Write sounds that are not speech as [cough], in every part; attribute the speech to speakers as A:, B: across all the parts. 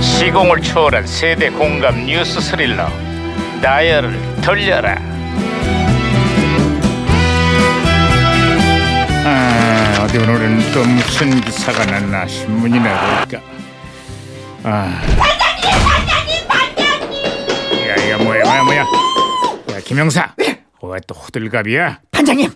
A: 시공을 초월한 세대 공감 뉴스 스릴러 다이얼을 돌려라 아, 어디 오늘은 또 무슨 기사가 났나 신문이나 볼까 아. 반장님! 반장님! 반장님! 야야 뭐야 뭐야 뭐야 야 김영사 왜 또 호들갑이야?
B: 반장님,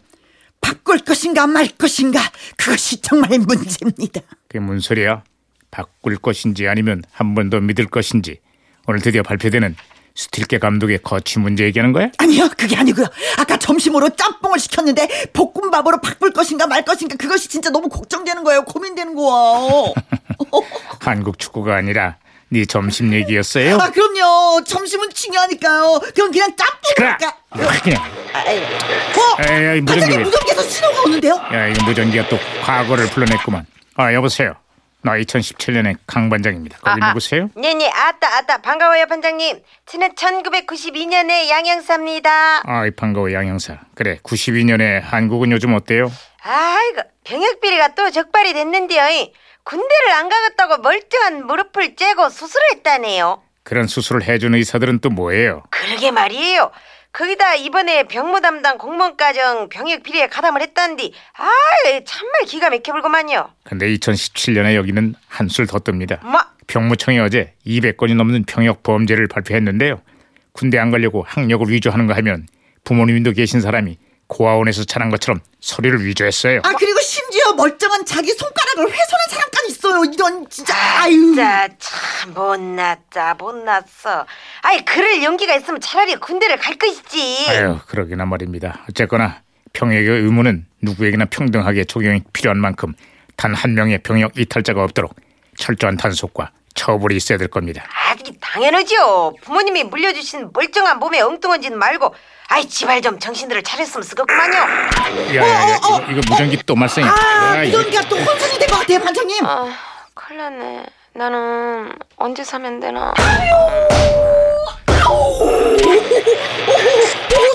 B: 바꿀 것인가 말 것인가 그것이 정말 문제입니다.
A: 그게 뭔 소리야? 바꿀 것인지 아니면 한 번 더 믿을 것인지 오늘 드디어 발표되는 스틸게 감독의 거취 문제 얘기하는 거야?
B: 아니요, 그게 아니고요. 아까 점심으로 짬뽕을 시켰는데 볶음밥으로 바꿀 것인가 말 것인가 그것이 진짜 너무 걱정되는 거예요.
A: [laughs]
B: 고민되는 거예요.
A: 한국 축구가 아니라 네 점심 얘기였어요?
B: 아, 그럼요. 점심은 중요하니까요. 그럼 아, 그냥 짬뽕
A: 그래!
B: 할까?
A: 아, 그냥
B: 어,
A: 에이, 에이, 무전기
B: 반장님
A: 왜-
B: 무전기에서 신호가 오는데요.
A: 야 이거 무전기가 또 과거를 불러냈구만 아 여보세요 나 2017년의 강 반장입니다 거기 누구세요?
C: 네네 아따 아따 반가워요 반장님. 저는 1992년에 양양사입니다.
A: 아이 반가워 양형사 그래 92년에 한국은 요즘 어때요?
C: 아이고 병역비리가 또 적발이 됐는데요. 이. 군대를 안 가갔다고 멀쩡한 무릎을 째고 수술했다네요.
A: 그런 수술을 해준 의사들은 또 뭐예요?
C: 그러게 말이에요. 거기다 이번에 병무 담당 공무원과정 병역비리에 가담을 했다는데 아 참말 기가 막혀불구만요.
A: 근데 2017년에 여기는 한술 더 뜹니다
C: 뭐
A: 병무청이 어제 200건이 넘는 병역 범죄를 발표했는데요. 군대 안 가려고 학력을 위조하는 거 하면 부모님도 계신 사람이 고아원에서 자란 것처럼 서류를 위조했어요.
B: 아 그리고 심지어 멀쩡한 자기 손가락을 훼손한 사람까지 있어요. 이런 진짜 아유.
C: 진짜 참 못났다 못났어. 아이 그럴 용기가 있으면 차라리 군대를 갈 것이지.
A: 아유, 그러기나 말입니다. 어쨌거나 병역의 의무는 누구에게나 평등하게 적용이 필요한 만큼 단 한 명의 병역 이탈자가 없도록 철저한 단속과 처벌이 있어야 될 겁니다.
C: 아이 당연하죠. 부모님이 물려주신 멀쩡한 몸에 엉뚱한 짓 말고 아이 지발 좀 정신들을 차렸으면 쓰겠구만요.
A: [coughs] 야야야,
C: 어,
A: 이거, 이거 무전기 또 말썽이.
B: 아,
A: 야, 이거-
B: 무전기가 또 혼선이 된 것 같아요, 반장님.
D: 아, 큰일 났네. 나는 언제 사면 되나?
B: 오, 어,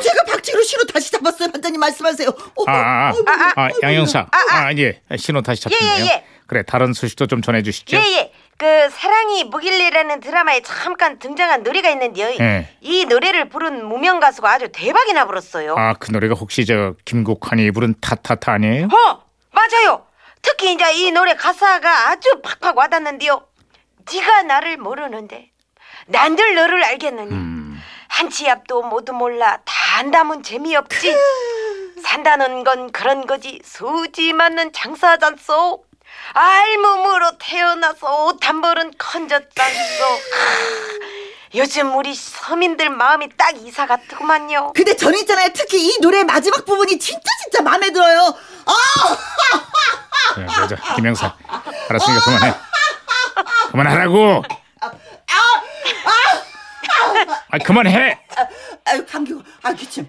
B: 제가 박치기로 신호 다시 잡았어요. 어, 반장님 말씀하세요. 오,
A: 아, 아,
C: 어,
A: 아, 아, 양형사. 아, 예. 신호 다시 잡혔네요.
C: 예, 예.
A: 그래, 다른 소식도 좀 전해 주시죠.
C: 예예. 그 사랑이 무길리라는 드라마에 잠깐 등장한 노래가 있는데요.
A: 예.
C: 이 노래를 부른 무명 가수가 아주 대박이나 불었어요.
A: 아 그 노래가 혹시 저 김국환이 부른 타타타 아니에요?
C: 어 맞아요. 특히 이제 이 노래 가사가 아주 팍팍 와닿는데요. 네가 나를 모르는데 난 늘 너를 알겠느니
A: 음.
C: 한치 앞도 모두 몰라 다 안다면 재미없지. 산다는 건 그런 거지 수지 맞는 장사잖소. 알몸으로 태어나서 옷 한 벌은 건졌잖소. 하, 요즘 우리 서민들 마음이 딱 이사 같구만요.
B: 근데 전 있잖아요. 특히 이 노래 마지막 부분이 진짜 진짜 마음에 들어요. 아,
A: 야, 맞아 예, 김영사 알았으니까 그만해 그만하라고 아 그만해
B: 아유 감기, 아 기침.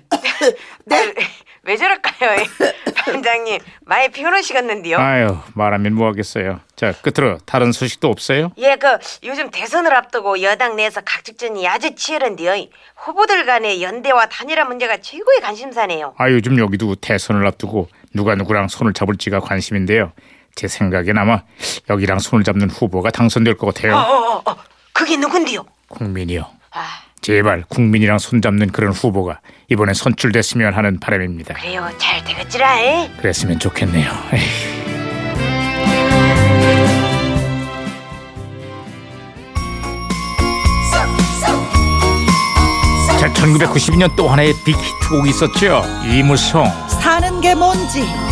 B: 네,
C: 아유, 왜 저럴까요? 예. 반장님 많이 피곤하시겠는데요?
A: 아유 말하면 뭐하겠어요 자 끝으로 다른 소식도 없어요?
C: 예, 그 요즘 대선을 앞두고 여당 내에서 각축전이 아주 치열한데요. 후보들 간의 연대와 단일화 문제가 최고의 관심사네요.
A: 아 요즘 여기도 대선을 앞두고 누가 누구랑 손을 잡을지가 관심인데요 제 생각엔 아마 여기랑 손을 잡는 후보가 당선될 것
C: 어,
A: 같아요
C: 어, 어, 어. 그게 누군데요?
A: 국민이요
C: 아,
A: 제발 국민이랑 손잡는 그런 후보가 이번에 선출됐으면 하는 바람입니다
C: 그래요. 잘 되겠지라. 에?
A: 그랬으면 좋겠네요. 에휴. 자, 1992년 또 하나의 빅히트곡이 있었죠. 이무송.
B: 사는 게 뭔지